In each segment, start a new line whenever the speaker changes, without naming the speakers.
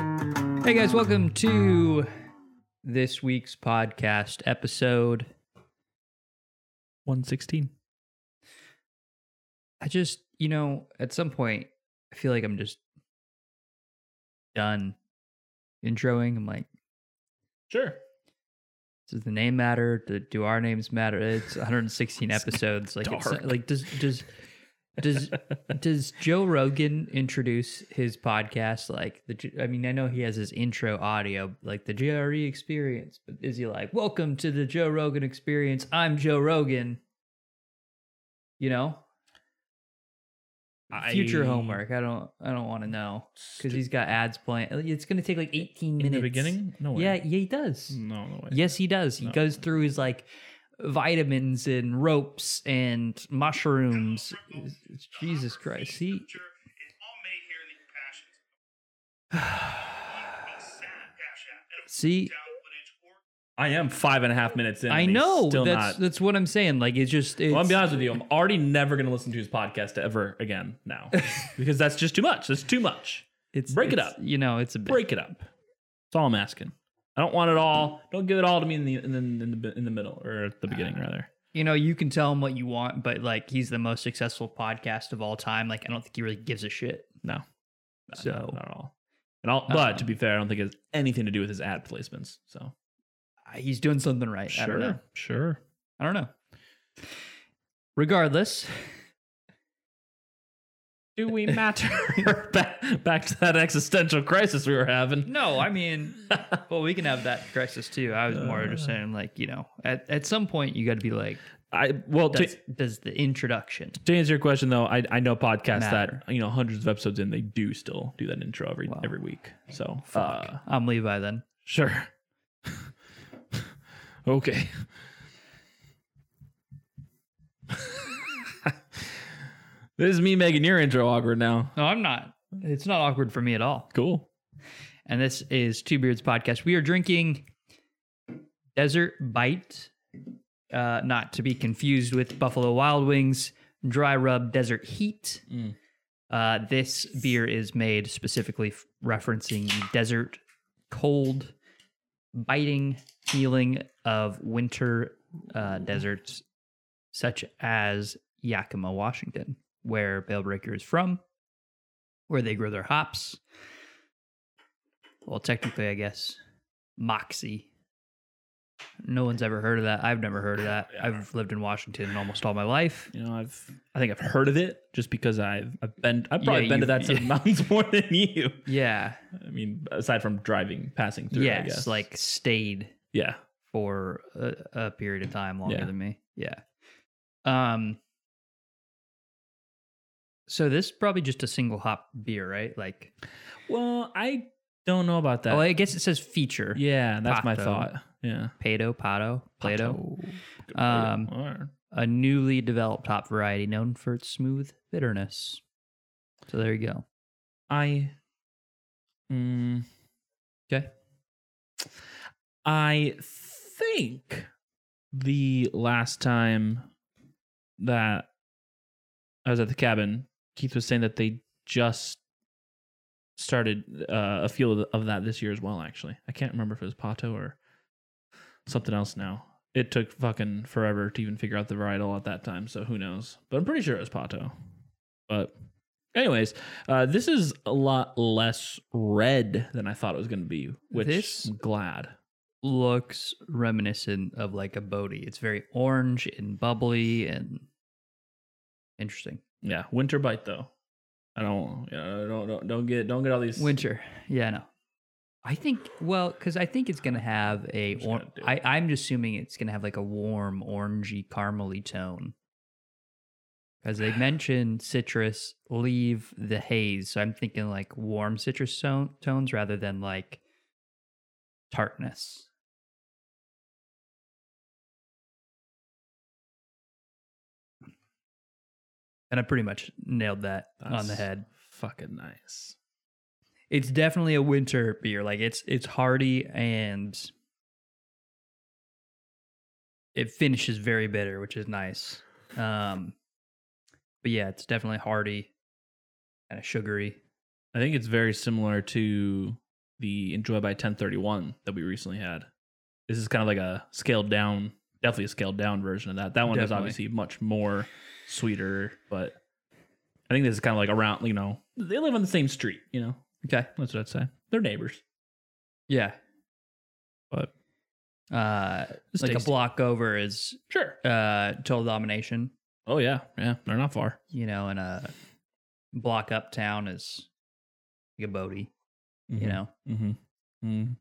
Hey guys, welcome to this week's podcast episode
116.
I just, you know, at some point, I feel like I'm just done introing. I'm like,
Sure.
does the name matter? Do, do our names matter? It's 116
It's
episodes. Like, it's,
dark.
like does does does does Joe Rogan introduce his podcast? Like the, G- I mean, I know he has his intro audio, like the GRE experience, but is he like, welcome to the Joe Rogan experience? I'm Joe Rogan. You know, future
I-
homework. I don't, I don't want to know because he's got ads playing. It's going to take like 18
in
minutes.
the beginning? No way.
Yeah, yeah, he does.
No, no way.
Yes, he does. He
No.
goes through his like vitamins and ropes and mushrooms. Jesus Christ. See? See?
I am five and a half minutes in.
I
and he's
know.
Still
that's
not.
that's what I'm saying. Like it's just it's
Well, I'll be honest with you. I'm already never going to listen to his podcast ever again now because that's just too much. That's too much.
it's
break it
it's-
up.
You know, it's a bit
Break it up. That's all I'm asking. I don't want it all. Don't give it all to me in the in the in the, in the middle or at the
Ah.
beginning rather.
you know, you can tell him what you want, but like he's the most successful podcast of all time. Like I don't think he really gives a shit.
No. Not-
So-
not at all. And all, but
Um,
to be fair, I don't think it has anything to do with his ad placements. So
He's doing something right. I don't know.
sure.
I don't know. Regardless,
Do we matter? back, back to that existential crisis we were having.
no, I mean Well, we can have that crisis too. I was more just
Uh.
saying, like, you know, at, at some point you got to be like,
I well to,
does, does the introduction?
to answer your question though, I I know podcasts
Matter.
that you know hundreds of episodes in they do still do that intro every
Wow.
every week. So
Fuck.
uh,
I'm Levi then.
sure. okay. this is me making your intro awkward now.
No, I'm not. It's not awkward for me at all.
Cool.
And this is Two Beards Podcast. We are drinking Desert Bite, uh, not to be confused with Buffalo Wild Wings Dry Rub Desert Heat.
Mm.
Uh, this beer is made specifically f- referencing the desert cold, biting feeling of winter uh, deserts, such as Yakima, Washington, where Balebreaker is from, where they grow their hops. Well, technically, I guess Moxie. No one's ever heard of that. I've never heard of that. I've lived in Washington almost all my life.
You know, I've I think I've heard of it just because I've I've been I've probably
Yeah,
been to
you-
that side
yeah.
of the mountains more than you.
Yeah.
I mean, aside from driving, passing through. I
yes.
guess.
Like stayed
yeah,
for a, a period of time longer
Yeah.
than me. Yeah. Um. So this is probably just a single hop beer, right? Like,
Well, I don't know about that.
oh, I guess it says feature.
yeah, that's my
Pato.
thought. Yeah.
Pato, Pato, Plato.
Pato.
Um,
All right.
A newly developed hop variety known for its smooth bitterness. So there you go.
I. Mm,
Okay.
I think the last time that I was at the cabin, Keith was saying that they just started uh, a few of, the, of that this year as well. Actually, I can't remember if it was Pato or something else now. It took fucking forever to even figure out the varietal at that time, so who knows? But I'm pretty sure it was Pato. But anyways, uh, this is a lot less red than I thought it was going to be, which
This-
I'm glad.
Looks reminiscent of like a Bodhi. It's very orange and bubbly and interesting.
Yeah, winter bite though. I don't, you know, don't, don't, don't get, don't get all these.
Winter. Yeah, no. I think well, because I think it's gonna have a.
Just
Or,
gotta do it.
I I'm just assuming it's gonna have like a warm, orangey, caramely tone. Because they mentioned citrus, leave the haze. So I'm thinking like warm citrus tone, tones rather than like tartness. And I pretty much nailed that on the
That's-
head
Fucking nice.
it's definitely a winter beer. Like it's it's hearty and it finishes very bitter, which is nice. Um but yeah, it's definitely hearty, kind of sugary.
I think it's very similar to the Enjoy by 1031 that we recently had. This is kind of like a scaled down, definitely a scaled down version of that. That one is
Definitely.
obviously much more sweeter, but I think this is kind of like around, you know, they live on the same street, you know.
Okay.
That's what I'd say. They're neighbors.
Yeah.
But-
uh
It's
like a
tasty.
block over is
Sure.
uh total domination,
Oh yeah, yeah. They're not far.
you know, and a block uptown is Gabodi, you know,
Mm-hmm. Mm-hmm.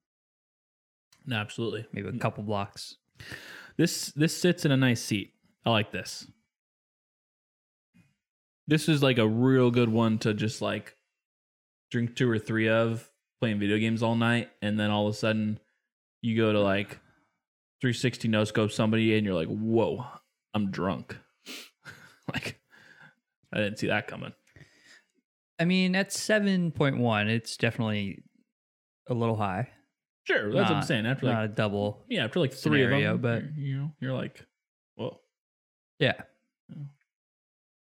No, absolutely.
maybe a couple blocks.
This this sits in a nice seat. I like this. This is like a real good one to just like drink two or three of, playing video games all night, and then all of a sudden you go to like 360 no scope somebody and you're like, whoa, I'm drunk. like I didn't see that coming.
I mean, at 7.1, it's definitely a little high.
Sure, that's what I'm
Not-
saying. After
Not
like
a double.
yeah, after like three
scenario,
of them,
but-
you know, you're like, whoa.
Yeah.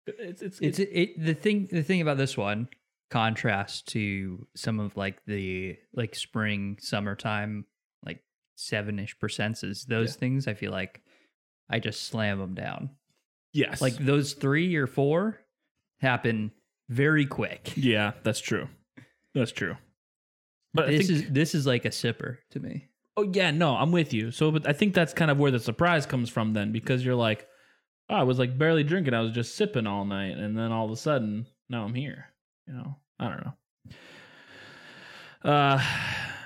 It's it's
It's it the thing the thing about this one contrast to some of like the like spring summertime like 7ish percents is those
Yeah.
things I feel like I just slam them down.
yes,
Like those 3 or 4 happen very quick.
Yeah, that's true. That's true. But
this
I think,
is this is like a sipper to me.
oh yeah, no, I'm with you. So, but I think that's kind of where the surprise comes from then, because you're like, oh, I was like barely drinking, I was just sipping all night, and then all of a sudden, now I'm here. You know, I don't know. Uh,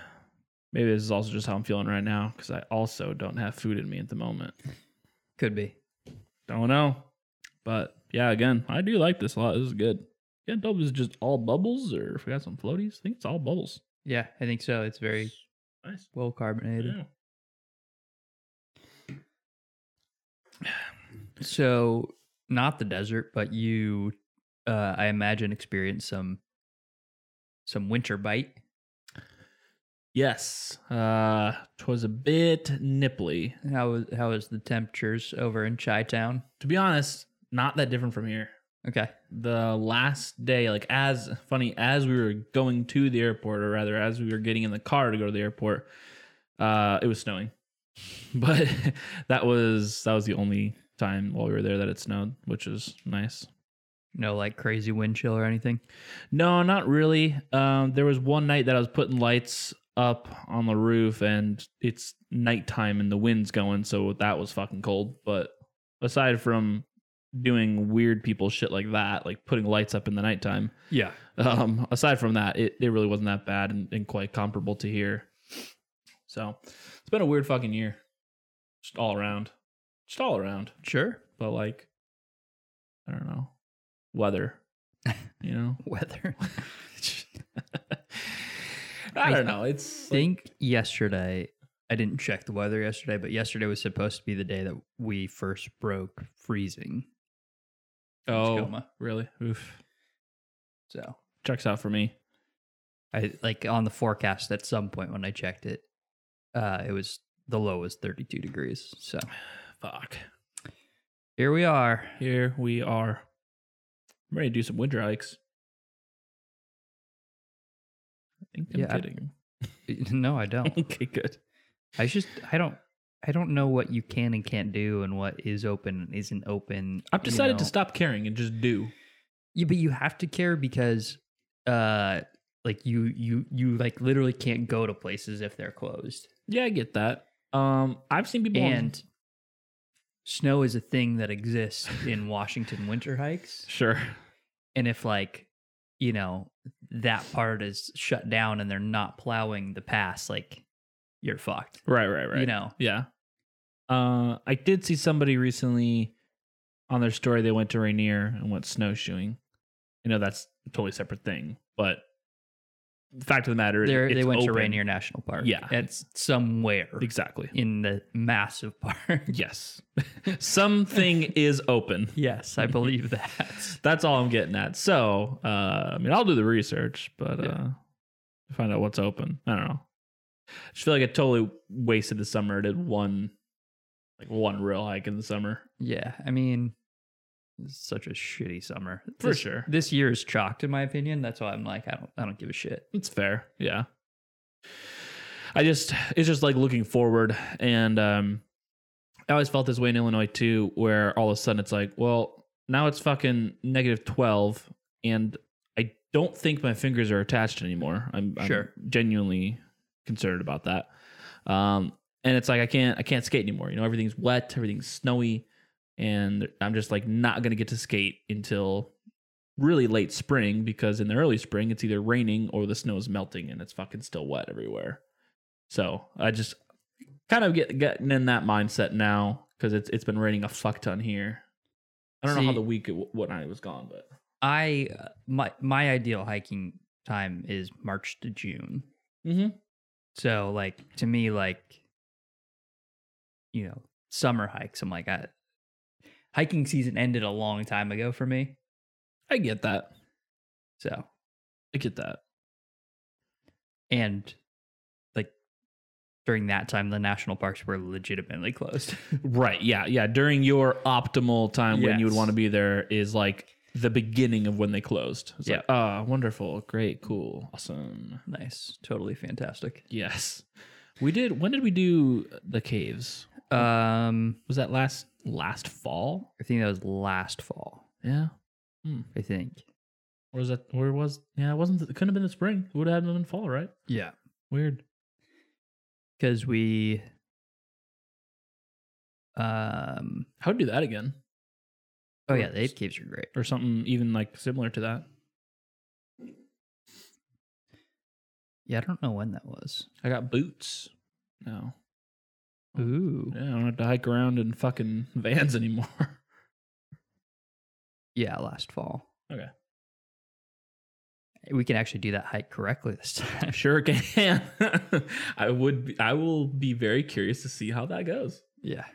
maybe this is also just how I'm feeling right now because I also don't have food in me at the moment.
Could be.
Don't know, but yeah, again, I do like this a lot. This is good. Can't tell if it's just all bubbles or if we got some floaties. I think it's all bubbles.
Yeah, I think so. It's very
Nice.
well carbonated. So, not the desert, but you, uh, I imagine, experienced some some winter bite.
Yes. Uh, 'twas a bit nipply.
How was how was the temperatures over in Chi Town?
To be honest, not that different from here.
Okay,
The last day, like as funny as we were going to the airport, or rather as we were getting in the car to go to the airport, uh, it was snowing. But that was that was the only time while we were there that it snowed, which is nice.
no like crazy wind chill or anything.
No, not really. Um, there was one night that I was putting lights up on the roof, and it's nighttime and the wind's going, so that was fucking cold. But aside from doing weird people shit like that, like putting lights up in the nighttime,
Yeah,
um, aside from that, it, it really wasn't that bad and, and quite comparable to here. So it's been a weird fucking year, just all around, just all around
sure.
but like I don't know, weather. You know,
Weather.
I don't know. It's like,
think yesterday. I didn't check the weather yesterday, but yesterday was supposed to be the day that we first broke freezing. in
oh,
Tacoma.
really? Oof,
so
checks out for me.
I like on the forecast at some point when I checked it, uh, it was the low was 32 degrees. So
Fuck.
here we are.
Here we are. I'm ready to do some winter hikes. I think I'm Oh,
Yeah, I-
kidding.
No, I don't.
okay, good.
I just I don't I don't know what you can and can't do and what is open and isn't open.
I've
you
decided
know.
to stop caring and just do.
Yeah, but you have to care because uh like you you you like literally can't go to places if they're closed.
Yeah, I get that. Um, I've seen people on-
And snow is a thing that exists in Washington winter hikes.
sure.
and if like you know that part is shut down and they're not plowing the pass like you're fucked
Right, right, right.
you know
Yeah. Uh, I did see somebody recently on their story. They went to Rainier and went snowshoeing. You know that's a totally separate thing, but the fact of the matter is,
They're- they
it's
went to
open.
rainier national park
Yeah.
it's somewhere
Exactly.
in the massive park
Yes, something is open.
yes i believe that
That's all I'm getting at. So, uh, I mean, I'll do the research, but
Yeah.
uh, find out what's open. I don't know. I just feel like I totally wasted the summer. I did one, like one real hike in the summer.
yeah i mean it's such a shitty summer
For
This-
sure.
this year is chalked in my opinion that's why i'm like i don't i don't give a shit
It's fair. Yeah. I just it's just like looking forward, and um, I always felt this way in Illinois too, where all of a sudden it's like, well, now it's fucking negative twelve, and I don't think my fingers are attached anymore. I'm, I'm
Sure.
genuinely concerned about that. Um, and it's like I can't I can't skate anymore. You know, everything's wet, everything's snowy, and I'm just like not gonna get to skate until really late spring because in the early spring it's either raining or the snow's melting and it's fucking still wet everywhere. So I just kind of get getting in that mindset now because it's it's been raining a fuck ton here. I don't know how
See-
the week it, what night it was gone, but
I uh, my my ideal hiking time is March to June.
mm-hmm.
So like to me, like you know, summer hikes. I'm like, I, hiking season ended a long time ago for me.
I get that.
So
I get that.
and like during that time, the national parks were legitimately closed.
Right. Yeah. Yeah. During your optimal time when you would
Yes.
want to be there is like the beginning of when they closed. It's like, ah, wonderful. Great. Cool. Awesome.
nice, totally fantastic.
Yes. We did. When did we do the caves?
Um,
Was that last last fall?
I think that was last fall.
Yeah.
I think.
Or was that where was? Yeah. It wasn't. It couldn't have been the spring. It would have been fall, right?
Yeah,
Weird.
because we um
How would do that again
oh yeah the ape caves are great
or something even like similar to that?
yeah i don't know when that was
I got boots. No.
ooh
Yeah. I don't have to hike around in fucking vans anymore.
yeah last fall
Okay.
we can actually do that hike correctly this time
Sure can. I would. Be, I will be very curious to see how that goes.
yeah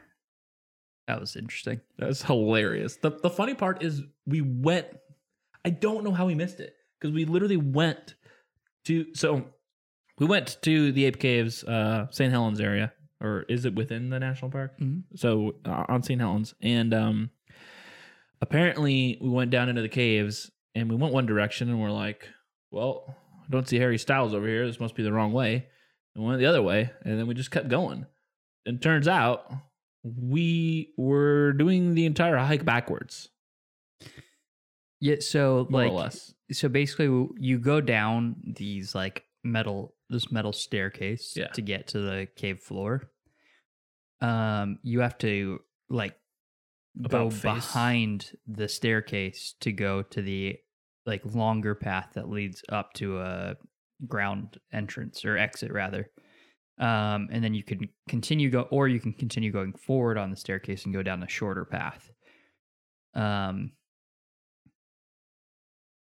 that was interesting
That's hilarious. The the funny part is we went. I don't know how we missed it because we literally went to so we went to the Ape Caves, uh, St. Helens area, or is it within the national park?
Mhm.
So uh, on St. Helens, and um, apparently we went down into the caves and we went one direction, and we're like, well, I don't see Harry Styles over here. This must be the wrong way. And we went the other way, and then we just kept going. And turns out we were doing the entire hike backwards,
yeah so
more
like
or less.
so basically w- you go down these like metal this metal staircase
Yeah.
to get to the cave floor um you have to like go
About face.
behind the staircase to go to the like longer path that leads up to a ground entrance or exit rather um and then you can continue go or you can continue going forward on the staircase and go down a shorter path um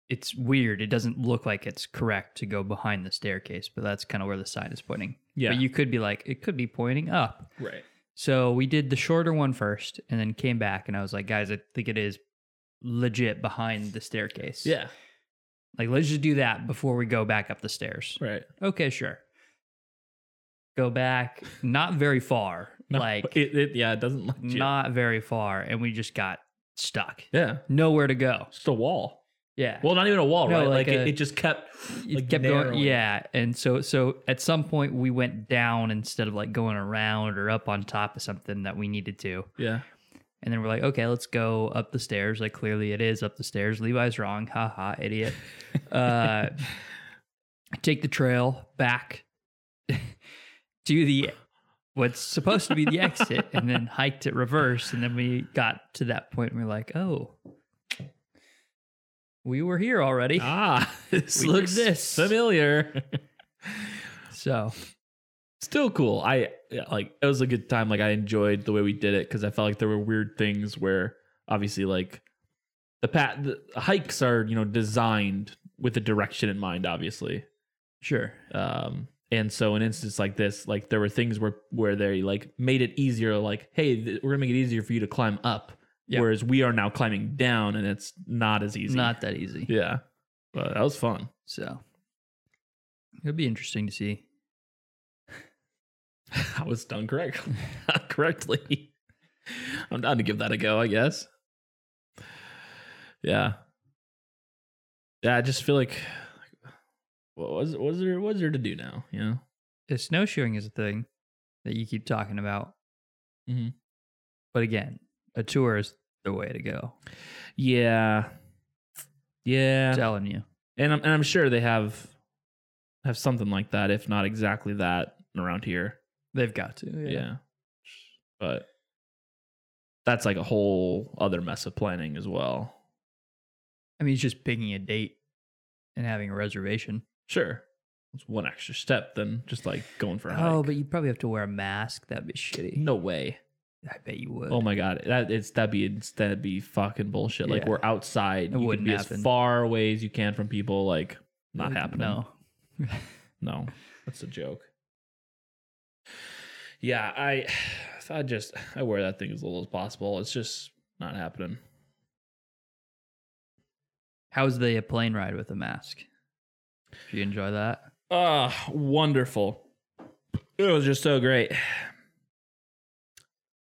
it's weird it doesn't look like it's correct to go behind the staircase but that's kind of where the sign is pointing
Yeah,
but you could be like it could be pointing up
right.
so we did the shorter one first and then came back and I was like, guys, I think it is legit behind the staircase.
Yeah,
Like, let's just do that before we go back up the stairs.
right.
Okay, sure. Go back, not very far,
No,
like,
it, it, yeah, it doesn't let you.
not very far. And we just got stuck.
yeah,
Nowhere to go.
just a wall.
Yeah.
Well, not even a wall,
No,
right? Like,
like
it,
a-
it just kept,
it
like,
kept
narrowing.
going. Yeah. And so, so at some point, we went down instead of like going around or up on top of something that we needed to.
Yeah,
And then we're like, okay, let's go up the stairs. Like clearly it is up the stairs. Levi's wrong. Ha ha, idiot. Uh, take the trail back to the what's supposed to be the exit, and then hiked it reverse. And then we got to that point, and we're like, oh, we were here already.
Ah, this
We did
looks
this.
familiar.
So
Still cool. I yeah, like it was a good time. Like I enjoyed the way we did it because I felt like there were weird things where obviously like the pat the hikes are you know designed with a direction in mind, obviously.
sure,
Um, and so an instance like this, like there were things where where they like made it easier. Like hey, th- we're gonna make it easier for you to climb up,
Yeah.
whereas we are now climbing down, and it's not as easy.
not that easy.
yeah. But that was fun.
So it'll be interesting to see.
I was done correct correctly. I'm down to give that a go, I guess. Yeah. Yeah, I just feel like what was what was there what was there to do now? You know,
If snowshoeing is a thing that you keep talking about,
Mhm.
but again, a tour is the way to go.
yeah, yeah,
telling you.
and I'm and I'm sure they have have something like that, if not exactly that, around here.
They've got to.
Yeah. But that's like a whole other mess of planning as well.
I mean, it's just picking a date and having a reservation.
Sure. It's one extra step than just like going for a hike.
Oh, but you probably have to wear a mask. That'd be shitty.
no way.
I bet you would.
Oh my god. That it's that'd be that'd be fucking bullshit. Like
Yeah.
we're outside. you could
wouldn't
be as
happen.
far away as you can from people, like not happening.
No.
No, that's a joke. Yeah, I, I just I wear that thing as little as possible. It's just not happening.
How's the uh, plane ride with a mask? Do you enjoy that?
Ah, wonderful! It was just so great.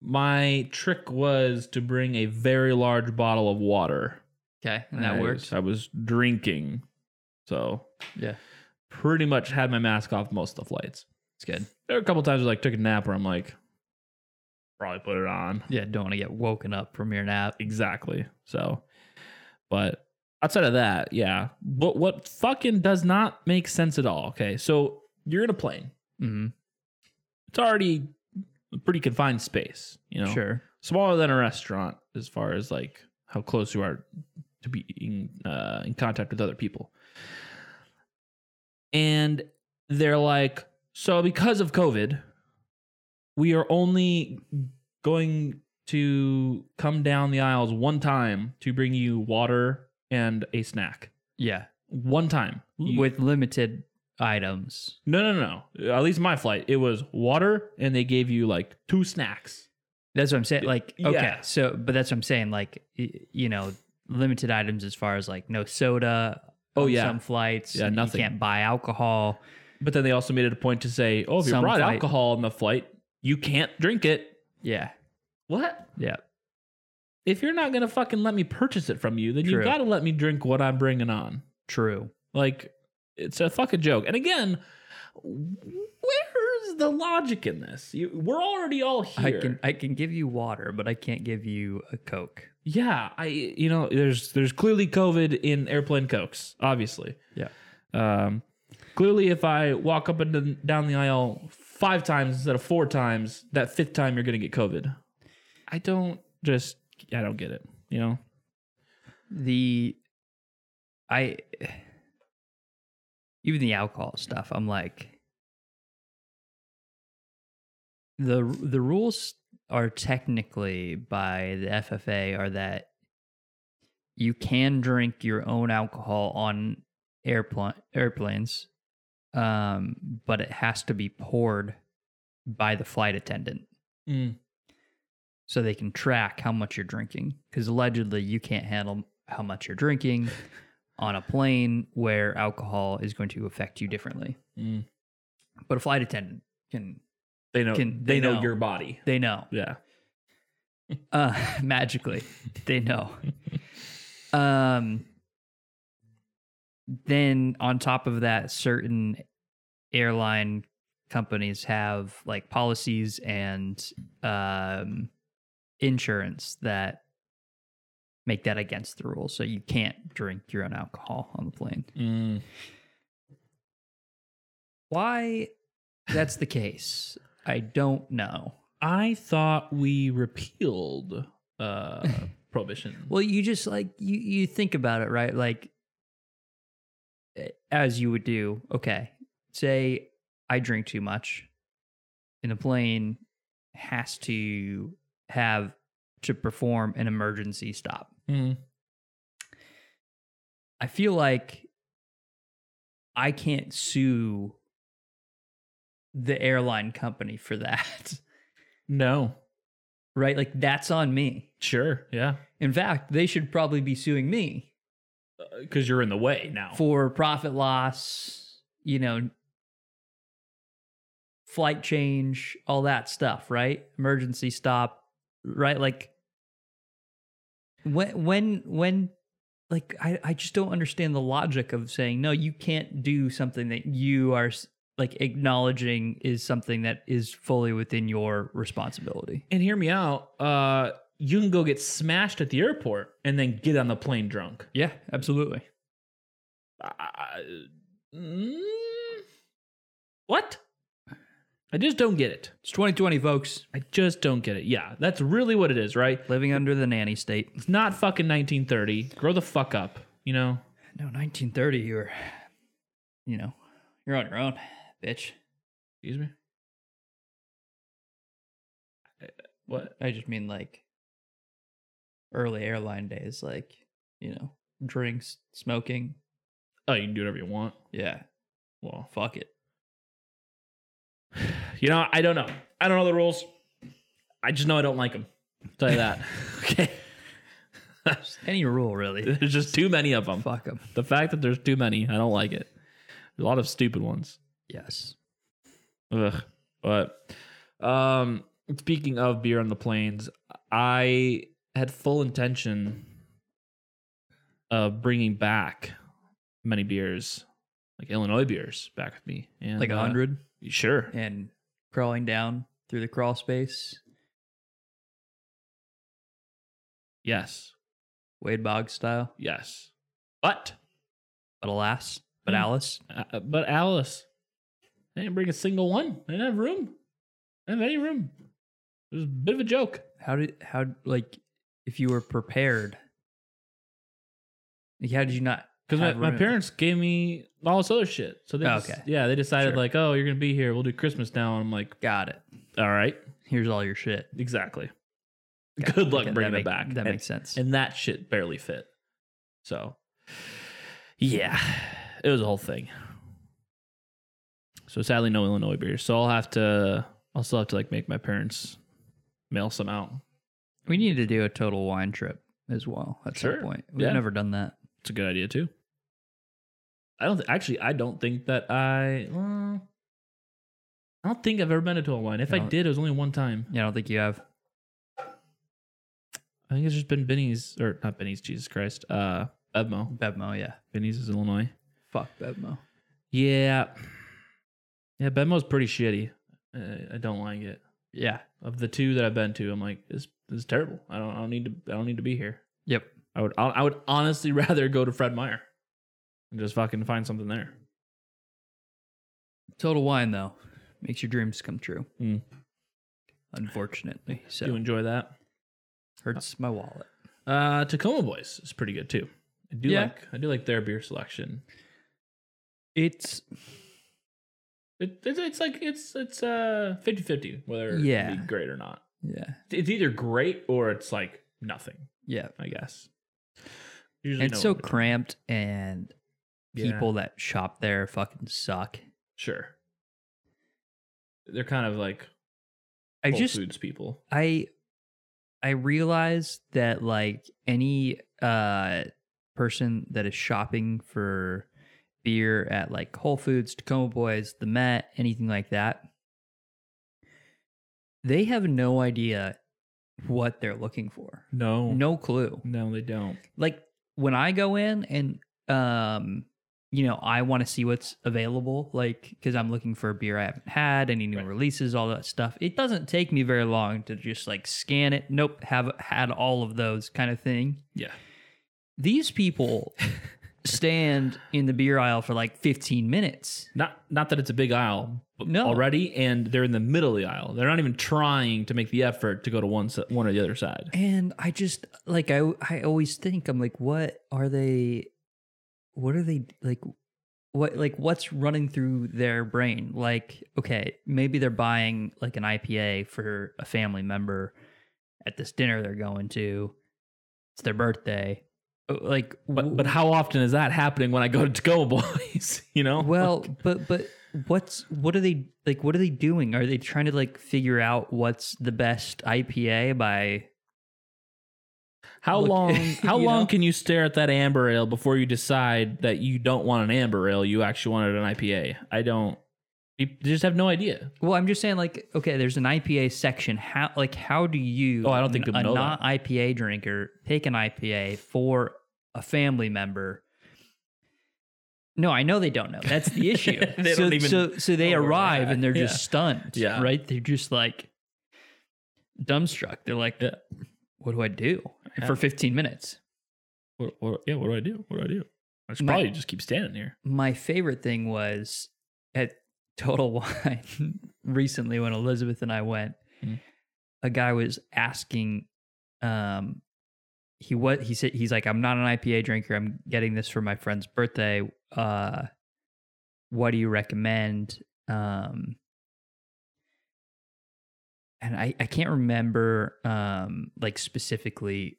My trick was to bring a very large bottle of water.
Okay, and that
I-
works.
I was drinking, so
Yeah,
pretty much had my mask off most of the flights.
it's good.
There were a couple times where like took a nap where I'm like, probably put it on.
Yeah, don't want to get woken up from your nap.
exactly. So, but outside of that, yeah. But what fucking does not make sense at all? Okay, so you're in a plane.
hmm
It's already a pretty confined space. You know,
Sure.
smaller than a restaurant as far as like how close you are to being uh, in contact with other people. And they're like, so because of COVID, we are only going to come down the aisles one time to bring you water and a snack.
Yeah,
One time. You-
with limited items.
no, no, no. At least my flight, it was water and they gave you like two snacks.
That's what I'm saying. Like, okay,
Yeah.
so, but that's what I'm saying. Like, y- you know, limited items as far as like no soda.
Oh,
on
yeah.
some flights.
Yeah, nothing.
You can't buy alcohol.
But then they also made it a point to say, oh, if you
Some
brought
flight-
alcohol on the flight, you can't drink it.
Yeah,
What?
yeah,
If you're not going to fucking let me purchase it from you, then you
True.
got to let me drink what I'm bringing on.
true.
Like, it's a fucking joke. And again, where's the logic in this? You, we're already all here.
I can I can give you water, but I can't give you a Coke.
yeah, I you know, there's there's clearly COVID in airplane cokes, obviously.
Yeah.
Um, clearly, if I walk up and down the aisle five times instead of four times, that fifth time you're gonna get COVID. I don't just I don't get it. You know,
The I even the alcohol stuff. I'm like the the rules are technically by the FFA are that you can drink your own alcohol on airplane airplanes, um, but it has to be poured by the flight attendant.
Mm,
so they can track how much you're drinking because allegedly you can't handle how much you're drinking on a plane where alcohol is going to affect you differently
mm.
but a flight attendant can
they know
Can-
they,
they
know,
know.
your body.
they know
Yeah,
uh magically they know um then on top of that certain airline companies have like policies and um insurance that make that against the rules so you can't drink your own alcohol on the plane
Mm.
why that's the case i don't know
I thought we repealed uh, prohibition.
Well, you just like you you think about it, right? Like eh, as you would do. Okay. Say I drink too much and the plane has to have to perform an emergency stop.
Mm.
I feel like I can't sue the airline company for that.
No,
Right? Like that's on me.
sure, yeah,
In fact, they should probably be suing me
because you're in the way now.
for profit loss, you know, flight change, all that stuff, right? Emergency stop, right? Like when when when like I, I just don't understand the logic of saying no you can't do something that you are s- like acknowledging is something that is fully within your responsibility
And hear me out. Uh, you can go get smashed at the airport and then get on the plane drunk.
yeah absolutely
Uh, mm, what? I just don't get it.
it's 2020 folks
I just don't get it. Yeah, that's really what it is, right?
living under the nanny state
It's not fucking 1930. Grow the fuck up, you know?
no 1930 you were you know you're on your own bitch
Excuse me. Uh, What?
i just mean like early airline days like you know drinks smoking
Oh, you can do whatever you want.
yeah
Well,
fuck it
you know, I don't know. I don't know the rules. I just know I don't like them. Tell you that. okay.
any rule really
There's just too many of them.
fuck them
The fact that there's too many, I don't like it. There's a lot of stupid ones.
yes
Ugh. But um speaking of beer on the planes, I had full intention of bringing back many beers, like Illinois beers, back with me. And,
like a
uh,
hundred
sure.
and crawling down through the crawl space.
Yes.
Wade Boggs style.
Yes. But
But alas, but
Hmm.
Alice,
uh, but Alice, they didn't bring a single one. They didn't have room. They didn't have any room. It was a bit of a joke.
how did how like if you were prepared? Like, how did you not?
Because my,
have
my
room?
parents gave me all this other shit. So they
Oh,
just-
okay.
yeah, they decided
Sure.
like, oh, you're gonna be here. We'll do Christmas now. And I'm like,
got it.
all right,
Here's all your shit.
exactly.
Got
Good luck
Okay, that
bringing
make-
it back.
That
and,
makes sense.
and that shit barely fit. So yeah, it was a whole thing. So sadly, no Illinois beer. So I'll have to. I'll still have to like make my parents mail some out.
we need to do a total wine trip as well. At
Sure.
some point, we've
Yeah.
never done that.
It's a good idea too. I don't th- actually. I don't think that I. well, I don't think I've ever been to a wine. If I
No.
did, it was only one time.
Yeah, I don't think you have.
I think it's just been Benny's or not Benny's. Jesus Christ. Uh, Evmo.
Bevmo, yeah.
Benny's is Illinois.
Fuck Bevmo.
Yeah, yeah. Benmo's pretty shitty. Uh, I don't like it.
Yeah.
Of the two that I've been to, I'm like this. This is terrible. I don't. I don't need to. I don't need to be here.
Yep.
I would. I would honestly rather go to Fred Meyer and just fucking find something there.
Total wine though makes your dreams come true.
Hmm.
Unfortunately, so
Do you enjoy that?
hurts my wallet.
Uh, Tacoma Boys is pretty good too. I do
Yeah.
like I do like their beer selection.
It's
It, it's it's like it's it's uh 50-50 whether yeah.
Yeah.
it'd be great or not.
yeah,
It's either great or it's like nothing,
yeah.
I guess. Usually
It's
no
so
in between.
cramped, and
Yeah,
people that shop there fucking suck.
sure. They're kind of like
I
Whole
just
Foods people.
I I realize that like any uh person that is shopping for beer at like Whole Foods, Tacoma Boys, the Met, anything like that, they have no idea what they're looking for.
No.
No clue.
No, they don't.
Like when I go in and um you know, I want to see what's available, like because I'm looking for a beer I haven't had, any new
Right.
releases, all that stuff. It doesn't take me very long to just like scan it. Nope, have had all of those kind of thing.
Yeah.
These people stand in the beer aisle for like 15 minutes.
Not not that it's a big aisle but
No.
already, and they're in the middle of the aisle. They're not even trying to make the effort to go to one si- one or the other side.
And I just like I I always think I'm like, what are they? What are they like? What like what's running through their brain? Like, okay, maybe they're buying like an IPA for a family member at this dinner they're going to. It's their birthday. Uh, Like,
But but how often is that happening when I go to Tacoma Boys? You know?
well, but but what's what are they like? What are they doing? Are they trying to like figure out what's the best IPA by?
how
look-
long how
you
long
know?
can you stare at that amber ale before you decide that you don't want an amber ale, you actually wanted an IPA? I don't you just have no idea.
Well, I'm just saying, like, okay, there's an IPA section. How, like, how do you?
Oh, I don't think
an-
people
a
know that.
non IPA drinker pick an IPA for a family member. No, I know they don't know. That's the issue.
They
so,
don't even
so, so they
know where we're
arrive
at.
and they're
Yeah.
just stunned.
Yeah.
Right? They're just like dumbstruck. They're like,
Yeah.
what do I do?
Yeah.
For 15 minutes.
What, what, yeah, what do I do? What do I do? I should
My-
probably just keep standing here.
my favorite thing was at Total Wine recently when Elizabeth and I went.
Mm.
A guy was asking, um, he what he said he's like, I'm not an IPA drinker. I'm getting this for my friend's birthday. Uh, what do you recommend? Um, and I I can't remember um like specifically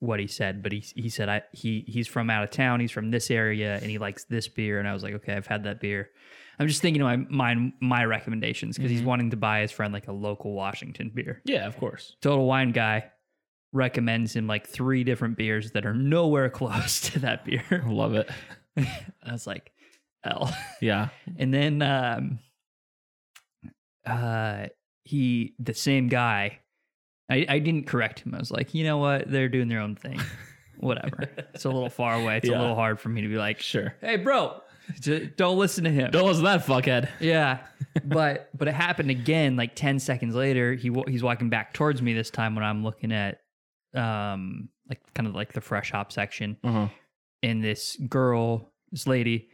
what he said, but he he said I he he's from out of town, he's from this area, and he likes this beer. And I was like, okay, I've had that beer. I'm just thinking of my my, my recommendations because
Mhm.
he's wanting to buy his friend like a local Washington beer.
Yeah, of course.
Total Wine guy recommends him like three different beers that are nowhere close to that beer.
I love it.
I was like, L.
Yeah.
And then um uh he the same guy I, I didn't correct him. I was like, you know what? They're doing their own thing. Whatever. It's a little far away. It's
Yeah.
a little hard for me to be like,
Sure.
hey bro, j- don't listen to him.
Don't listen to that fuckhead.
Yeah. But but it happened again like 10 seconds later. He wa- he's walking back towards me this time when I'm looking at um like kind of like the fresh hop section
Uh-huh.
and this girl, this lady,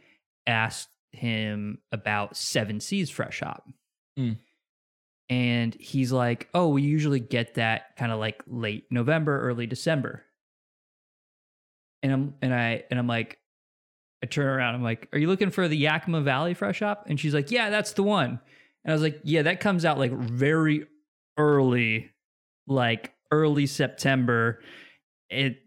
asked him about Seven Seas Fresh Hop.
Mm.
And he's like, Oh, we usually get that kind of like late November, early December. And I'm and I and I'm like, I turn around, I'm like, Are you looking for the Yakima Valley Fresh Hop? And she's like, Yeah, that's the one. And I was like, Yeah, that comes out like very early, like early September. It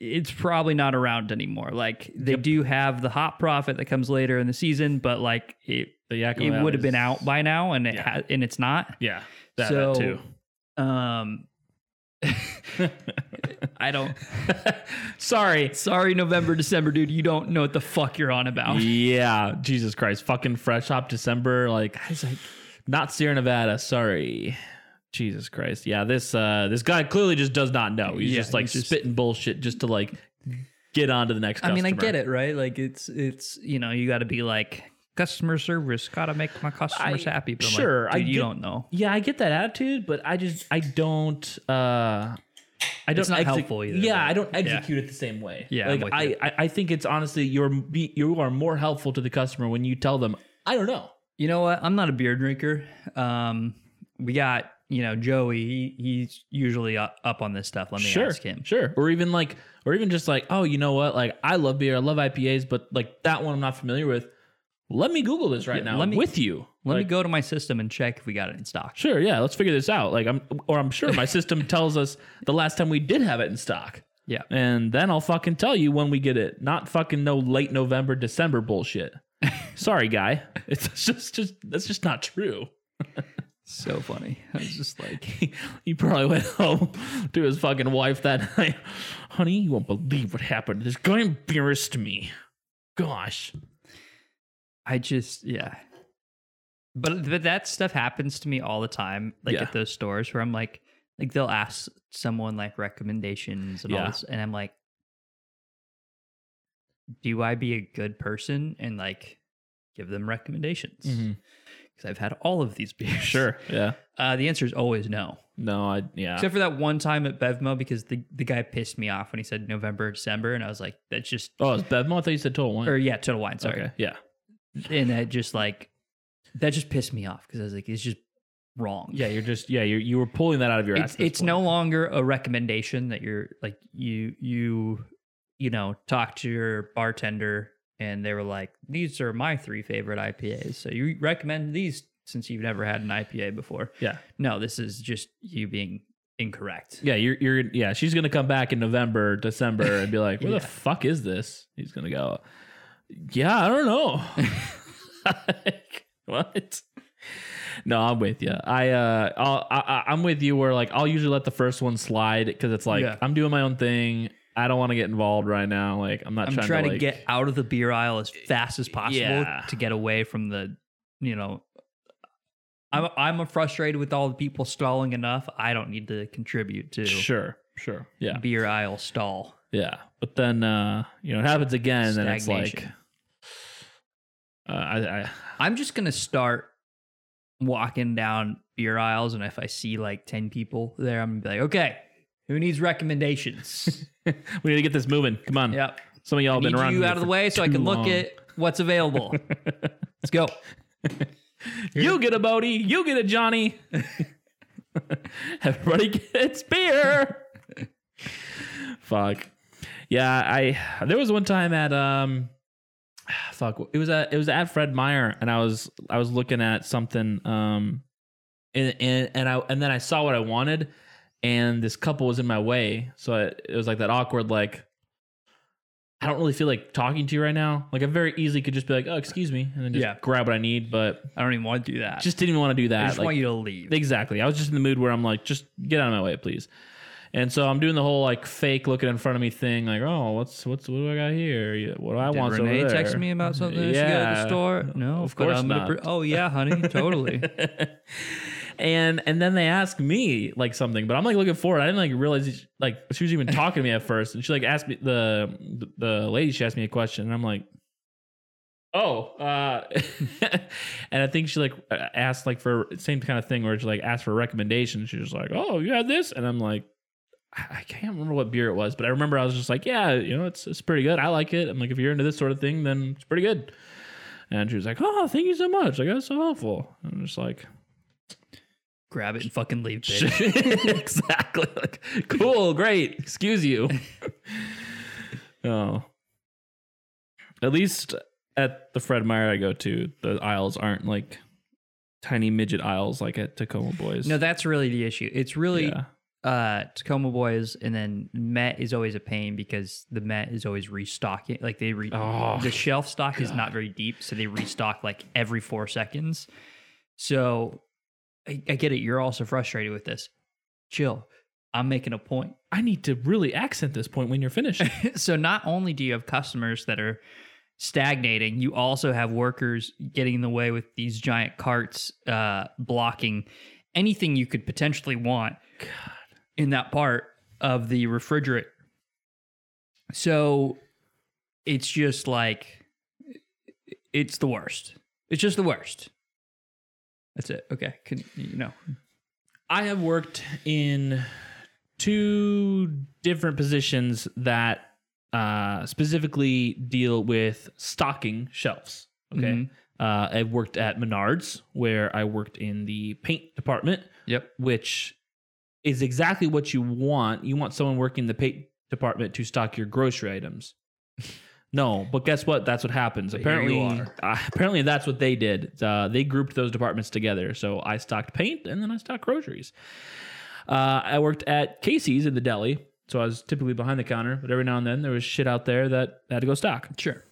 it's probably not around anymore. Like they do have the hot profit that comes later in the season, but like it
The Yakima
it
Valley
would have been
is-
out by now, and it
Yeah.
ha- and it's not.
Yeah. That,
So-
that too.
Um, I don't.
Sorry.
Sorry, November, December, dude. You don't know what the fuck you're on about.
Yeah. Jesus Christ. Fucking fresh hop December. Like,
I was like,
not Sierra Nevada. Sorry. Jesus Christ. Yeah. This uh this guy clearly just does not know. He's
Yeah,
just like
he's just-
spitting bullshit just to like get on to the next.
I mean, I
customer.
get it, right? Like it's it's you know you got to be like customer service, gotta make my customers
I-
happy. But I'm like,
sure, I
dude, you
get-
don't know.
Yeah, I get that attitude, but I just I don't uh I don't
It's not helpful either,
Yeah,
but-
I don't
yeah.
execute it the same way.
Yeah, I'm
like
with
I,
you.
I I think it's honestly you're be, you are more helpful to the customer when you tell them I don't know.
You know what? I'm not a beer drinker. Um, we got you know Joey. He, he's usually u- up on this stuff. Let me
sure,
ask him.
sure, or even like or even just like oh you know what like I love beer, I love IPAs, but like that one I'm not familiar with. Let me Google this right
Yeah,
now
let me-
with you.
Let
Like,
me go to my system and check if we got it in stock.
Sure, yeah, let's figure this out. Like I'm or I'm sure my system tells us the last time we did have it in stock.
Yeah.
And then I'll fucking tell you when we get it. Not fucking no late November, December bullshit. Sorry, guy. It's just just that's just not true.
So funny. I was just like,
He, he probably went home to his fucking wife that night. Honey, you won't believe what happened. This guy embarrassed me. Gosh.
I just, yeah. But but that stuff happens to me all the time, like
Yeah.
at those stores where I'm like, like they'll ask someone like recommendations and
Yeah.
all this, and I'm like, do I be a good person and like give them recommendations? Because I've had all of these beers.
Mm-hmm. Sure. Yeah.
Uh, the answer is always no.
No, I yeah.
Except for that one time at Bevmo because the, the guy pissed me off when he said November, December, and I was like, that's just
oh, it's Bevmo. I thought you said total one.
or yeah, total wine, sorry.
Okay. Yeah.
And that just like that just pissed me off because I was like, it's just wrong.
Yeah, you're just yeah, you're you were pulling that out of your ass.
It's
at this
it's
point.
no longer a recommendation that you're like you you you know, talk to your bartender and they were like, These are my three favorite IPAs. So you recommend these since you've never had an IPA before.
Yeah.
No, this is just you being incorrect.
Yeah, you're you're yeah, she's gonna come back in November, December and be like, Where
Yeah.
the fuck is this? He's gonna go, Yeah, I don't know. Like, what? No, I'm with you. I uh, I'll, I I- I'm with you. Where like I'll usually let the first one slide because it's like
Yeah.
I'm doing my own thing. I don't want to get involved right now. Like I'm not
I'm
trying,
trying to,
like-
get out of the beer aisle as fast as possible
Yeah.
to get away from the, you know, I'm I'm frustrated with all the people stalling enough. I don't need to contribute to
sure, sure, yeah.
beer aisle stall.
Yeah. But then uh, you know, it happens again and it's like
Stagnation.
uh, I, I
I'm just gonna start walking down beer aisles, and if I see like ten people there, I'm gonna be like, okay, who needs recommendations?
we need to get this moving. Come on.
yep,
Some of y'all
I
have been
need
around
you
here
out of the
for
way so I
too
can look
long.
at what's available. Let's go.
You get a Bodie, you get a Johnny. Everybody gets beer. fuck. Yeah, I there was one time at um fuck, it was at it was at Fred Meyer and I was I was looking at something um and and, and I and then I saw what I wanted and this couple was in my way. So I, it was like that awkward like I don't really feel like talking to you right now. Like I very easily could just be like, "Oh, excuse me," and then just
Yeah.
grab what I need, but
I don't even want to do that.
just didn't even want to do that.
I just
Like,
want you to leave.
exactly. I was just in the mood where I'm like, just get out of my way, please. And so I'm doing the whole like fake looking in front of me thing, like, oh, what's what's what do I got here? Yeah, What do I
Did
want? over
Renee
there?
text me about something that she got at
yeah.
the store? No,
of
but
course
I'm gonna
not.
pre- oh yeah, honey, totally.
and and then they ask me like something, but I'm like looking forward. I didn't like realize like she was even talking to me at first, and she like asked me the the lady she asked me a question, and I'm like, oh, uh, and I think she like asked like for same kind of thing where she like asked for a recommendation. She was like, oh, you had this, and I'm like. I I can't remember what beer it was, but I remember I was just like, "Yeah, you know, it's it's pretty good. I like it." I'm like, "If you're into this sort of thing, then it's pretty good." And she was like, "Oh, thank you so much. Like that's so helpful." I'm just like,
Grab it and fucking leave, bitch.
exactly. Like, cool, great. Excuse you. oh. At least at the Fred Meyer I go to, the aisles aren't like tiny midget aisles like at Tacoma Boys.
No, that's really the issue. It's really
Yeah.
uh Tacoma Boys and then Met is always a pain because the Met is always restocking. Like they re-
Oh,
the shelf stock is not very deep, so they restock like every four seconds. So I, I get it. You're also frustrated with this. Chill. I'm making a point.
I need to really accent this point when you're finished.
so not only do you have customers that are stagnating, you also have workers getting in the way with these giant carts uh, blocking anything you could potentially want in that part of the refrigerant. So it's just like it's the worst. It's just the worst. That's it. Okay. Can you know?
I have worked in two different positions that uh, specifically deal with stocking shelves. Okay.
Mhm.
Uh, I worked at Menards, where I worked in the paint department,
Yep.
which is exactly what you want. You want someone working in the paint department to stock your grocery items. No, but guess what? That's what happens.
But here
apparently,
you
uh, apparently that's what they did. Uh, they grouped those departments together. So I stocked paint, and then I stocked groceries. Uh, I worked at Casey's in the deli, so I was typically behind the counter. But every now and then, there was shit out there that I had to go stock.
Sure.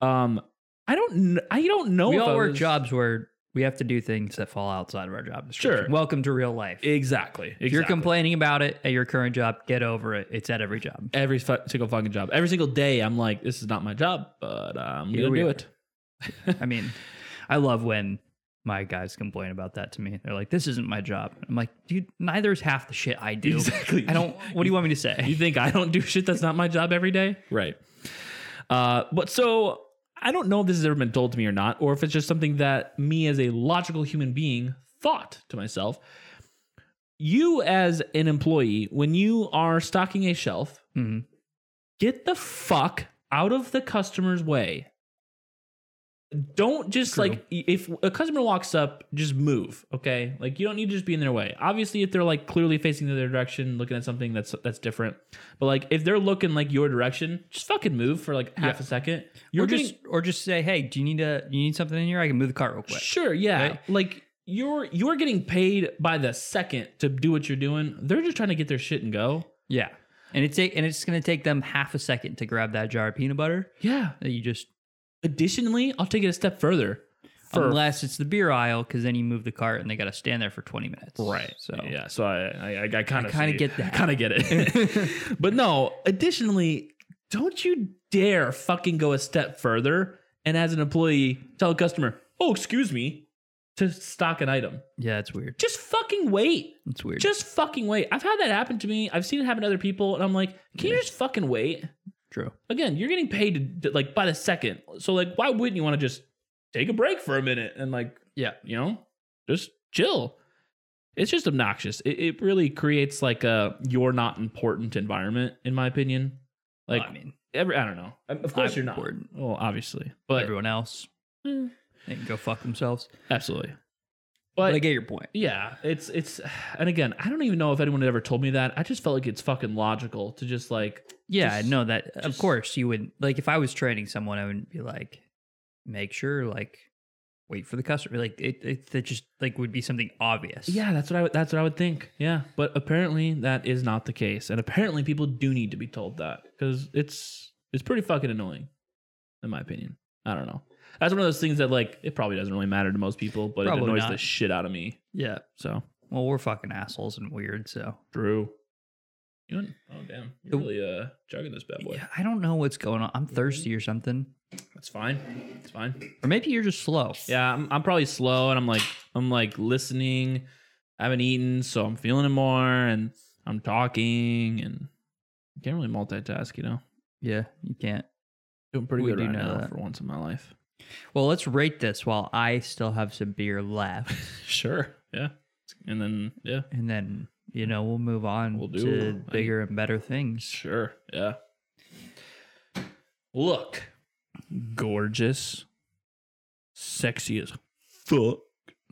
Um, I don't, kn- I don't know.
we
if
all
I
work
was-
jobs where we have to do things that fall outside of our job description.
Sure.
Welcome to real life.
Exactly. exactly.
If you're complaining about it at your current job, get over it. It's at every job.
every fu- single fucking job, every single day, I'm like, this is not my job, but uh, I'm
Here
gonna
we
do
are.
it.
I mean, I love when my guys complain about that to me. They're like, "This isn't my job." I'm like, "Dude, neither is half the shit I do.
Exactly.
I don't. What do you want me to
You
say?"
think I don't do shit that's not my job every day? Right. Uh, but so I don't know if this has ever been told to me or not, or if it's just something that me as a logical human being thought to myself. You as an employee, when you are stocking a shelf,
Mhm.
get the fuck out of the customer's way. Don't just
True.
like if a customer walks up, just move. Okay, like you don't need to just be in their way. Obviously, if they're like clearly facing the other direction, looking at something that's that's different. But like if they're looking like your direction, just fucking move for like half
Yeah.
a second.
Or
You're just
just or just say, "Hey, do you need a you need something in here? I can move the cart real quick."
sure, yeah.
Right?
Like you're you're getting paid by the second to do what you're doing. They're just trying to get their shit and go.
Yeah. And it's and it's gonna take them half a second to grab that jar of peanut butter
Yeah.
that you just
Additionally, I'll take it a step further. For
unless it's the beer aisle because then you move the cart and they got to stand there for 20 minutes
Right.
so
yeah, so I I, I kind of
kinda get that.
kind of get it. but no. Additionally, don't you dare fucking go a step further and as an employee tell a customer, "Oh, excuse me." to stock an item.
Yeah, it's weird.
Just fucking wait.
It's weird.
Just fucking wait. I've had that happen to me. I've seen it happen to other people, and I'm like, can you
Yeah.
just fucking wait?
true.
Again, you're getting paid to, like by the second, so like, why wouldn't you want to just take a break for a minute and like,
Yeah.
you know, just chill? It's just obnoxious. It, it really creates like a you're not important environment, in my opinion. Like,
Well, I mean,
every I don't know. Of course,
I'm
you're not.
important.
Well, obviously, but
everyone else
Mm.
they can go fuck themselves.
absolutely.
But,
But
I get your point.
yeah, it's it's, and again, I don't even know if anyone had ever told me that. I just felt like it's fucking logical to just like
Yeah,
Just-
no, that of
just-
course you would like if I was training someone, I would be like, make sure like wait for the customer. Like it, it that just like would be something obvious.
Yeah, that's what I would, that's what I would think. Yeah, but apparently that is not the case, and apparently people do need to be told that because it's it's pretty fucking annoying, in my opinion. I don't know. That's one of those things that like it probably doesn't really matter to most people, but it
Probably
annoys
not.
the shit out of me.
yeah.
So
Well, we're fucking assholes and weird, so
Drew, you know, oh damn,
The-
you're really uh chugging this bad boy.
yeah, I don't know what's going on. I'm thirsty or something,
That's fine. It's fine.
or maybe you're just slow.
Yeah, I'm I'm probably slow, and I'm like I'm like listening. I haven't eaten, so I'm feeling it more, and I'm talking, and I can't really multitask, you know.
yeah, you can't.
Doing pretty
We
good
do
right
know
now
that.
for once in my life.
Well, let's rate this while I still have some beer left,
Sure. Yeah. And then yeah.
and then you know we'll move on
We'll do.
to
I-
bigger and better things.
Sure. Yeah. Look. Gorgeous. Sexy as fuck.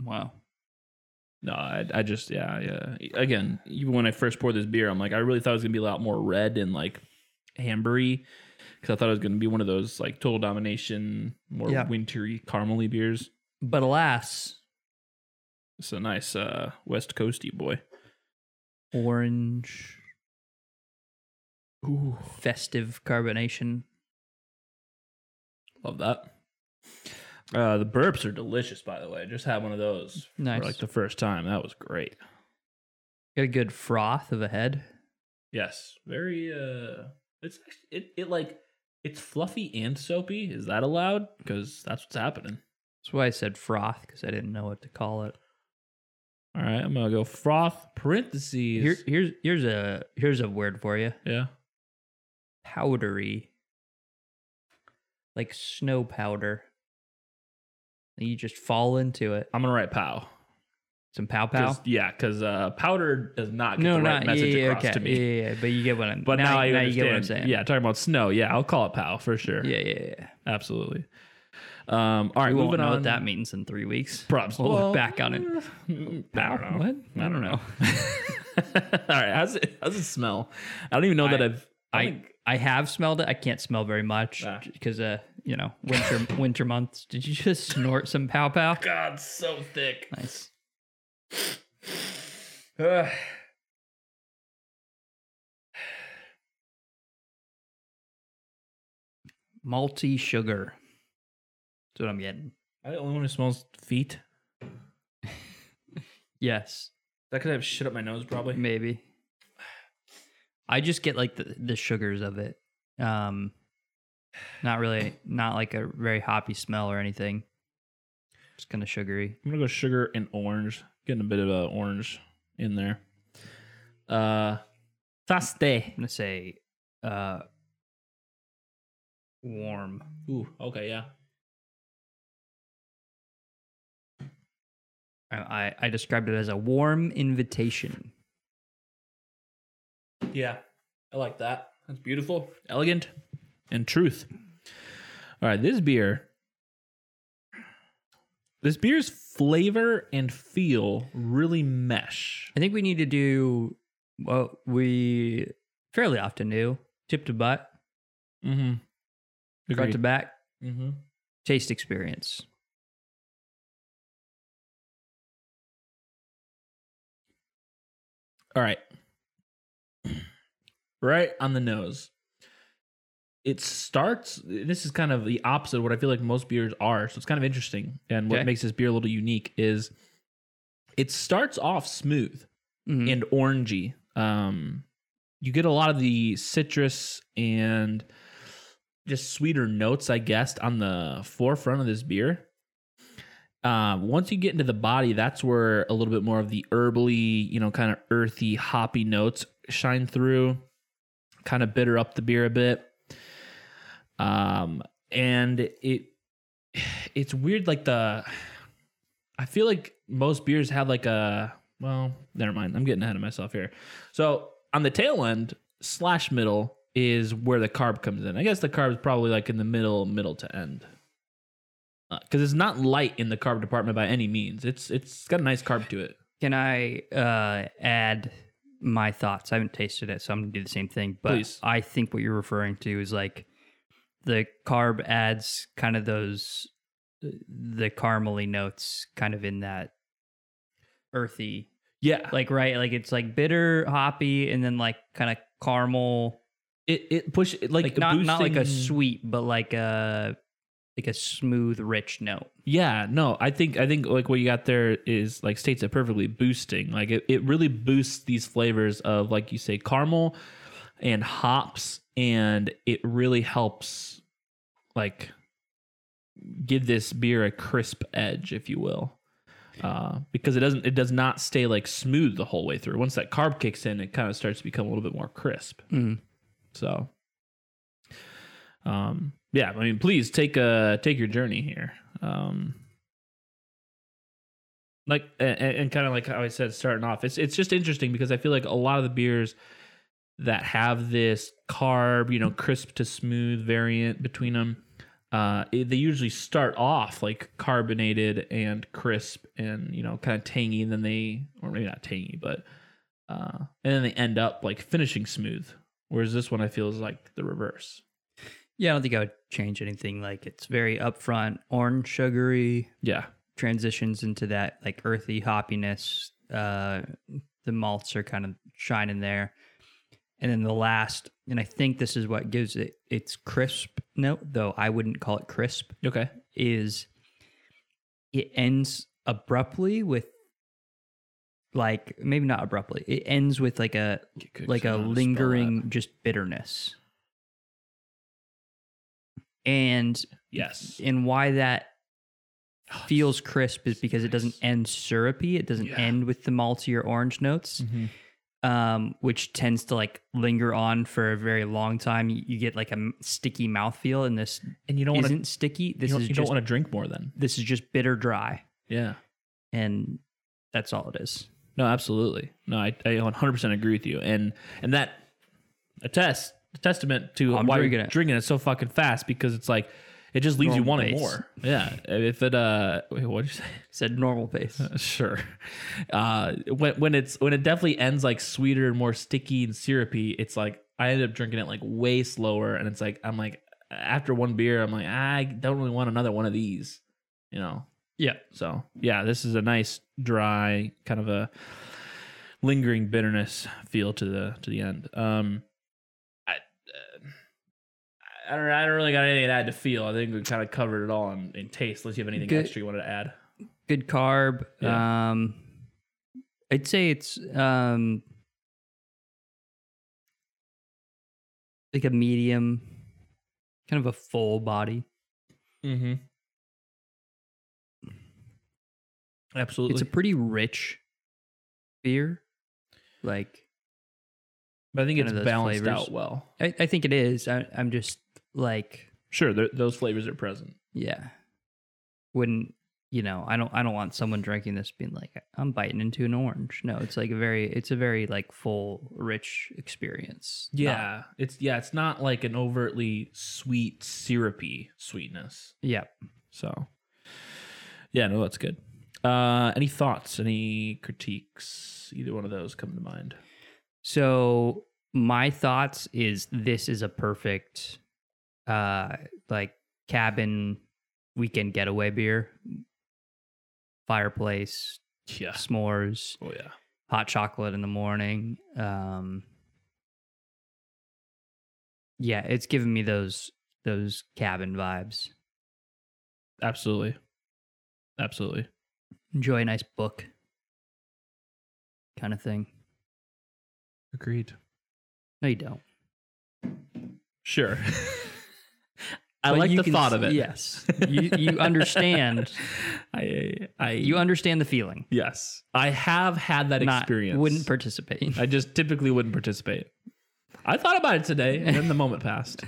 Wow.
No, I, I just yeah, yeah. Again, even when I first poured this beer, I'm like, I really thought it was gonna be a lot more red and like ambery. Cause I thought it was gonna be one of those like total domination, more
Yeah.
wintry, caramely beers.
But alas,
It's a nice uh West Coasty boy.
orange
Ooh.
festive carbonation.
Love that. Uh, the burps are delicious, by the way. I just had one of those
Nice.
for like the first time. That was great.
Got a good froth of a head.
Yes, very. uh It's actually- it it like it's fluffy and soapy. Is that allowed? Because that's what's happening.
That's why I said froth because I didn't know what to call it.
All right, I'm gonna go froth parentheses.
Here, here's here's a here's a word for you.
yeah,
Powdery, like snow powder. And you just fall into it.
I'm gonna write pow.
Some pow pow.
'Cause- yeah, because uh, powder does not get
No,
the right
not yeah,
message
yeah,
across
okay.
to me.
Yeah, yeah, yeah, but you get what I'm.
But now, I
you get what I'm
understand.
saying.
Yeah, talking about snow. Yeah, I'll call it pow for sure.
yeah, yeah. yeah.
absolutely. Um, all right,
we won't
moving
know
on.
what that means in three weeks.
Props.
We'll look back on it.
it. I don't know.
What?
I don't know. All right. How's it? How's it smell? I don't even know that
I-
I've. I,
I I have smelled it. I can't smell very much
Ah.
because uh you know winter winter months. Did you just snort some pow pow?
God, it's so thick.
Nice.
Ugh.
Malty sugar. That's what I'm getting.
I the only one who smells feet. Is
Yes,
that could have shit up my nose, probably.
maybe. I just get like the the sugars of it. Um, not really, not like a very hoppy smell or anything. Just kind of sugary.
I'm gonna go sugar and orange. Getting a bit of a orange in there. Uh, taste.
I'm gonna say, uh, warm.
Ooh. Okay. Yeah.
I- I, I described it as a warm invitation.
Yeah, I like that. That's beautiful, elegant, and truth. All right, this beer. This beer's flavor and feel really mesh.
I think we need to do what we fairly often do tip to butt,
Mm-hmm.
front to back,
Mm-hmm.
taste experience.
All right. Right on the nose. It starts, this is kind of the opposite of what I feel like most beers are. So it's kind of interesting. And what
Okay.
makes this beer a little unique is it starts off smooth.
Mhm.
and orangey. Um, you get a lot of the citrus and just sweeter notes, I guess, on the forefront of this beer. Uh, Um, once you get into the body, that's where a little bit more of the herbally, you know, kind of earthy, hoppy notes shine through, kind of bitter up the beer a bit. Um, and it it's weird, like the I feel like most beers have like a well, never mind. I'm getting ahead of myself here. So on the tail end slash middle is where the carb comes in. I guess the carb is probably like in the middle, middle to end, because it's not light in the carb department by any means. It's it's got a nice carb to it.
Can I uh, add my thoughts? I haven't tasted it, so I'm gonna do the same thing. But
Please.
I think what you're referring to is like the carb adds kind of those uh, the caramely notes, kind of in that earthy,
Yeah,
like right, like it's like bitter, hoppy, and then like kind of caramel,
it it push it like,
like, not not like a
boosting-
sweet, but like a like a smooth, rich note.
Yeah, no, I think I think like what you got there is like states it perfectly boosting. Like it, it really boosts these flavors of like you say caramel and hops and it really helps like give this beer a crisp edge, if you will. Uh, because it doesn't it does not stay like smooth the whole way through. Once that carb kicks in, it kind of starts to become a little bit more crisp. So um yeah, I mean please take a take your journey here. Um like and, and kind of like how I said starting off. It's it's just interesting because I feel like a lot of the beers that have this carb, you know, crisp to smooth variant between them uh, it- they usually start off like carbonated and crisp and you know kind of tangy and then they or maybe not tangy but uh, and then they end up like finishing smooth Whereas this one I feel is like the reverse.
Yeah, I don't think I would change anything. Like it's very upfront, orange sugary,
Yeah.
transitions into that like earthy hoppiness. Uh, the malts are kind of shining there. And then the last, and I think this is what gives it its crisp note, though I wouldn't call it crisp,
Okay.
is it ends abruptly with like maybe not abruptly. It ends with like a like a lingering just bitterness. And
Yes.
and why that feels crisp is because it doesn't end syrupy. It doesn't
Yeah.
end with the malty or orange notes,
Mhm.
um, which tends to like linger on for a very long time. You, you get like a m- sticky mouthfeel, and this
And you don't want to.
isn't sticky.
You
This
don't,
is
you don't
just
want to drink more then.
this is just bitter dry,
Yeah.
and that's all it is.
No, absolutely. No, I, I 100% agree with you. And and that a test a testament to
I'm
why
drinking
you're
it.
Oh, drinking it so fucking fast because it's like it just leaves you
Normal
wanting
pace.
more. Yeah. If it uh, wait, what did you say?
Said normal pace.
Uh-huh. Sure. Uh, when when it's when it definitely ends like sweeter and more sticky and syrupy, it's like I ended up drinking it like way slower, and it's like I'm like after one beer, I'm like I don't really want another one of these, you know.
Yeah.
So yeah, this is a nice dry kind of a lingering bitterness feel to the to the end. Um, I uh, I don't I don't really got anything to add to feel. I think we kind of covered it all in, in taste. Unless you have anything
Good.
extra you wanted to add.
good carb. Um, I'd say it's um, like a medium, kind of a full body.
Mm-hmm. Absolutely.
It's a pretty rich beer. Like
but I think
kind
it's
of those
balanced
flavors.
out well.
I, I think it is. I, I'm just like
Sure, th- those flavors are present.
yeah. Wouldn't you know? I don't. I don't want someone drinking this being like I'm biting into an orange. No, it's like a very. It's a very like full, rich experience. Not-
Yeah, it's yeah, it's not like an overtly sweet syrupy sweetness.
yeah.
So, yeah, no, that's good. Uh, any thoughts? Any critiques? Either one of those come to mind.
So my thoughts is this is a perfect uh like cabin weekend getaway beer. Fireplace,
Yeah.
s'mores,
Oh yeah.
hot chocolate in the morning. Um Yeah, it's giving me those those cabin vibes.
Absolutely. Absolutely.
Enjoy a nice book kind of thing.
Agreed.
No, you don't.
Sure. I
But
like
you
the
can
thought
s-
of it.
Yes, you you understand.
I, I,
You understand the feeling.
yes, I have had that
Not
experience.
wouldn't participate.
I just typically wouldn't participate. I thought about it today, and then the moment passed.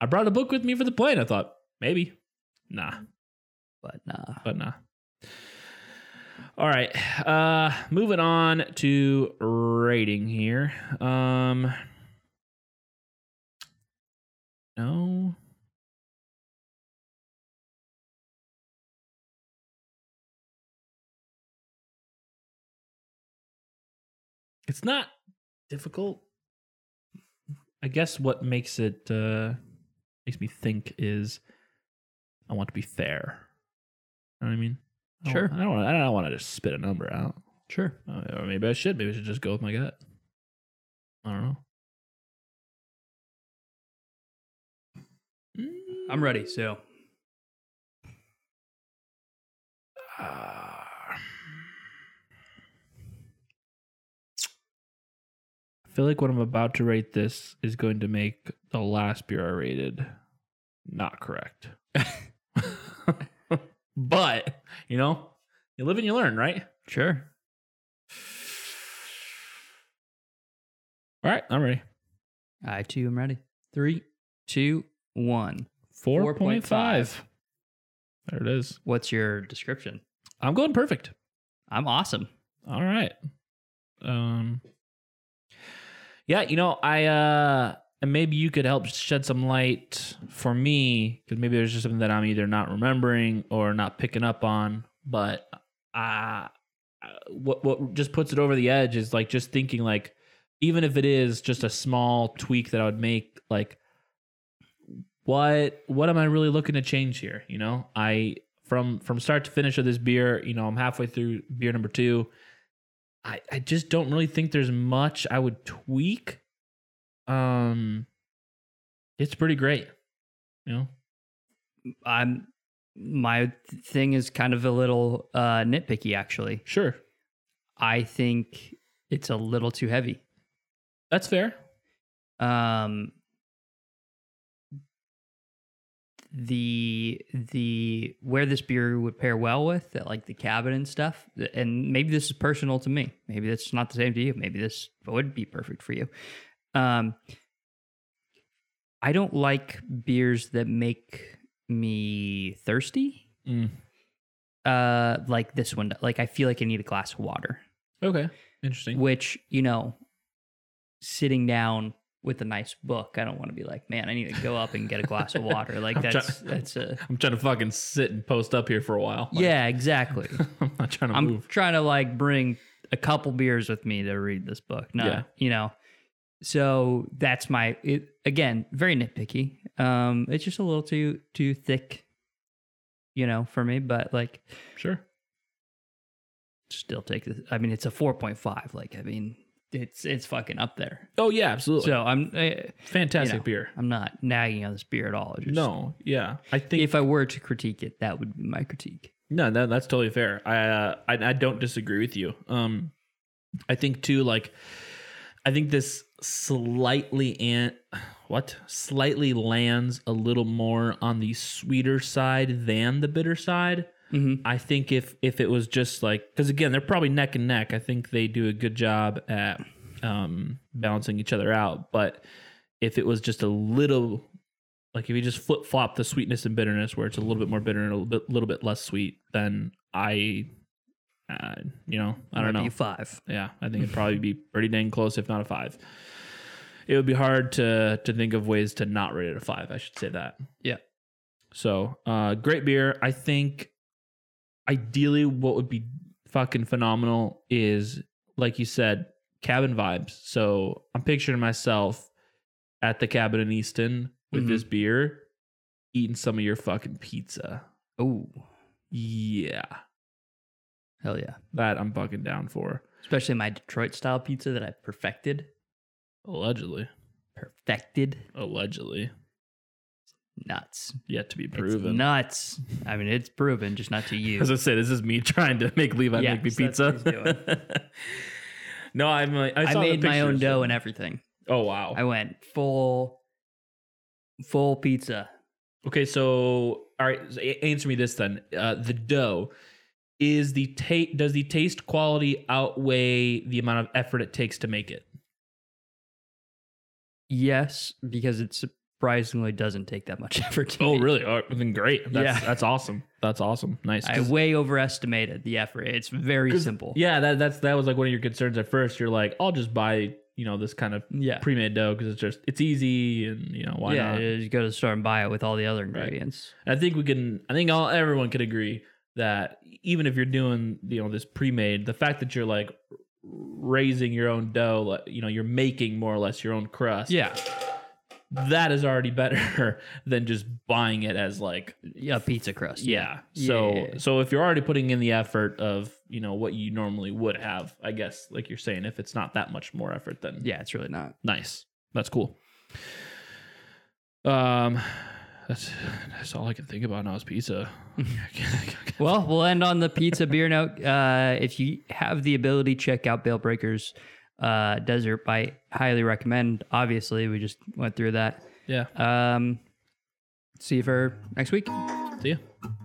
I brought a book with me for the plane. I thought maybe, nah,
But nah.
but nah. All right, uh, moving on to rating here. Um, no, it's not difficult. I guess what makes it uh, makes me think is I want to be fair. You know what I mean? I don't-
Sure.
I don't. Wanna, I don't want to just spit a number out.
Sure.
Uh, Or maybe I should. Maybe I should just go with my gut. I don't know.
I'm ready.
Mm.
So
Ah. I feel like what I'm about to rate this is going to make the last beer I rated not correct. but, you know, you live and you learn, right?
sure.
All right, I'm ready.
I too am ready. Three, two, one.
4.5.
4.5.
There it is.
What's your description?
I'm going perfect.
I'm awesome.
All right. Um Yeah, you know, I uh and maybe you could help shed some light for me cuz maybe there's just something that I'm either not remembering or not picking up on, but uh what what just puts it over the edge is like just thinking like even if it is just a small tweak that I would make like what what am I really looking to change here? You know, I from from start to finish of this beer, you know, I'm halfway through beer number two. I I just don't really think there's much I would tweak. Um, it's pretty great. You know,
I'm my th- thing is kind of a little uh nitpicky actually.
sure,
I think it's a little too heavy.
that's fair.
Um the the where this beer would pair well with that like the cabin and stuff th- and maybe this is personal to me maybe that's not the same to you maybe this would be perfect for you um i don't like beers that make me thirsty
Mm.
uh like this one like i feel like i need a glass of water
Okay, interesting.
which you know sitting down with a nice book i don't want to be like man i need to go up and get a glass of water like
I'm try-
that's that's a
I'm trying to fucking sit and post up here for a while. Like,
yeah exactly
I'm not trying to
i'm
move.
trying to like bring a couple beers with me to read this book no
Yeah.
you know so that's my it, again very nitpicky um it's just a little too too thick you know for me but like
Sure.
still take this i mean it's a 4.5 like i mean it's it's fucking up there
Oh yeah, absolutely.
so i'm uh,
Fantastic
you know,
beer.
I'm not nagging on this beer at all. Just,
No, yeah, I think
If I were to critique it, that would be my critique.
No, that, that's totally fair. I, uh, I I don't disagree with you. Um, I think too, like, I think this slightly and what slightly lands a little more on the sweeter side than the bitter side.
Mm-hmm.
I think if if it was just like because again they're probably neck and neck. I think they do a good job at um, balancing each other out. But if it was just a little like if you just flip flop the sweetness and bitterness where it's a little bit more bitter and a little bit, little bit less sweet, then I uh, you know I don't know
Five.
yeah, I think it'd probably be pretty dang close, if not a five. It would be hard to to think of ways to not rate it a five. I should say that.
Yeah.
So, uh, great beer. I think ideally, what would be fucking phenomenal is, like you said, cabin vibes. So I'm picturing myself at the cabin in Easton with
Mhm.
this beer, eating some of your fucking pizza.
Oh,
Yeah,
hell yeah!
that I'm fucking down for.
Especially my Detroit style pizza that I perfected.
Allegedly,
Perfected.
allegedly,
Nuts.
yet to be
It's
proven.
nuts. I mean, it's proven, just not to you.
As I said, this is me trying to make Levi
Yeah,
make me
so that's what he's
pizza. no, I'm. Like, I,
I
saw the Oh,
made my own
pictures.
dough and everything.
Oh wow!
I went full Full pizza.
Okay, so all right, so a- answer me this then. Uh, the dough is the ta- does the taste quality outweigh the amount of effort it takes to make it?
Yes, because it surprisingly doesn't take that much effort. To
Oh,
make.
really? Oh, then great. That's,
Yeah.
that's awesome. That's awesome. Nice.
I
'Cause-
way overestimated the effort. It's very
'cause-
simple.
Yeah, that that's that was like one of your concerns at first. You're like, I'll just buy you know this kind of
Yeah.
pre-made dough because it's just it's easy and you know why
yeah,
not.
you just go to the store and buy it with all the other ingredients.
I think we can. I think all everyone could agree that even if you're doing you know this pre-made, the fact that you're like raising your own dough, like, you know, you're making more or less your own crust.
Yeah,
that is already better than just buying it as like
yeah, pizza crust.
yeah. So
Yeah.
so if you're already putting in the effort of you know what you normally would have, I guess like you're saying, if it's not that much more effort, then
yeah, it's really not.
nice. That's cool. Um, that's that's all I can think about now is pizza.
Well, we'll end on the pizza beer note. Uh, if you have the ability, check out Bail Breakers uh, Desert. I highly recommend. Obviously, we just went through that.
yeah.
Um, see you for next week.
See ya.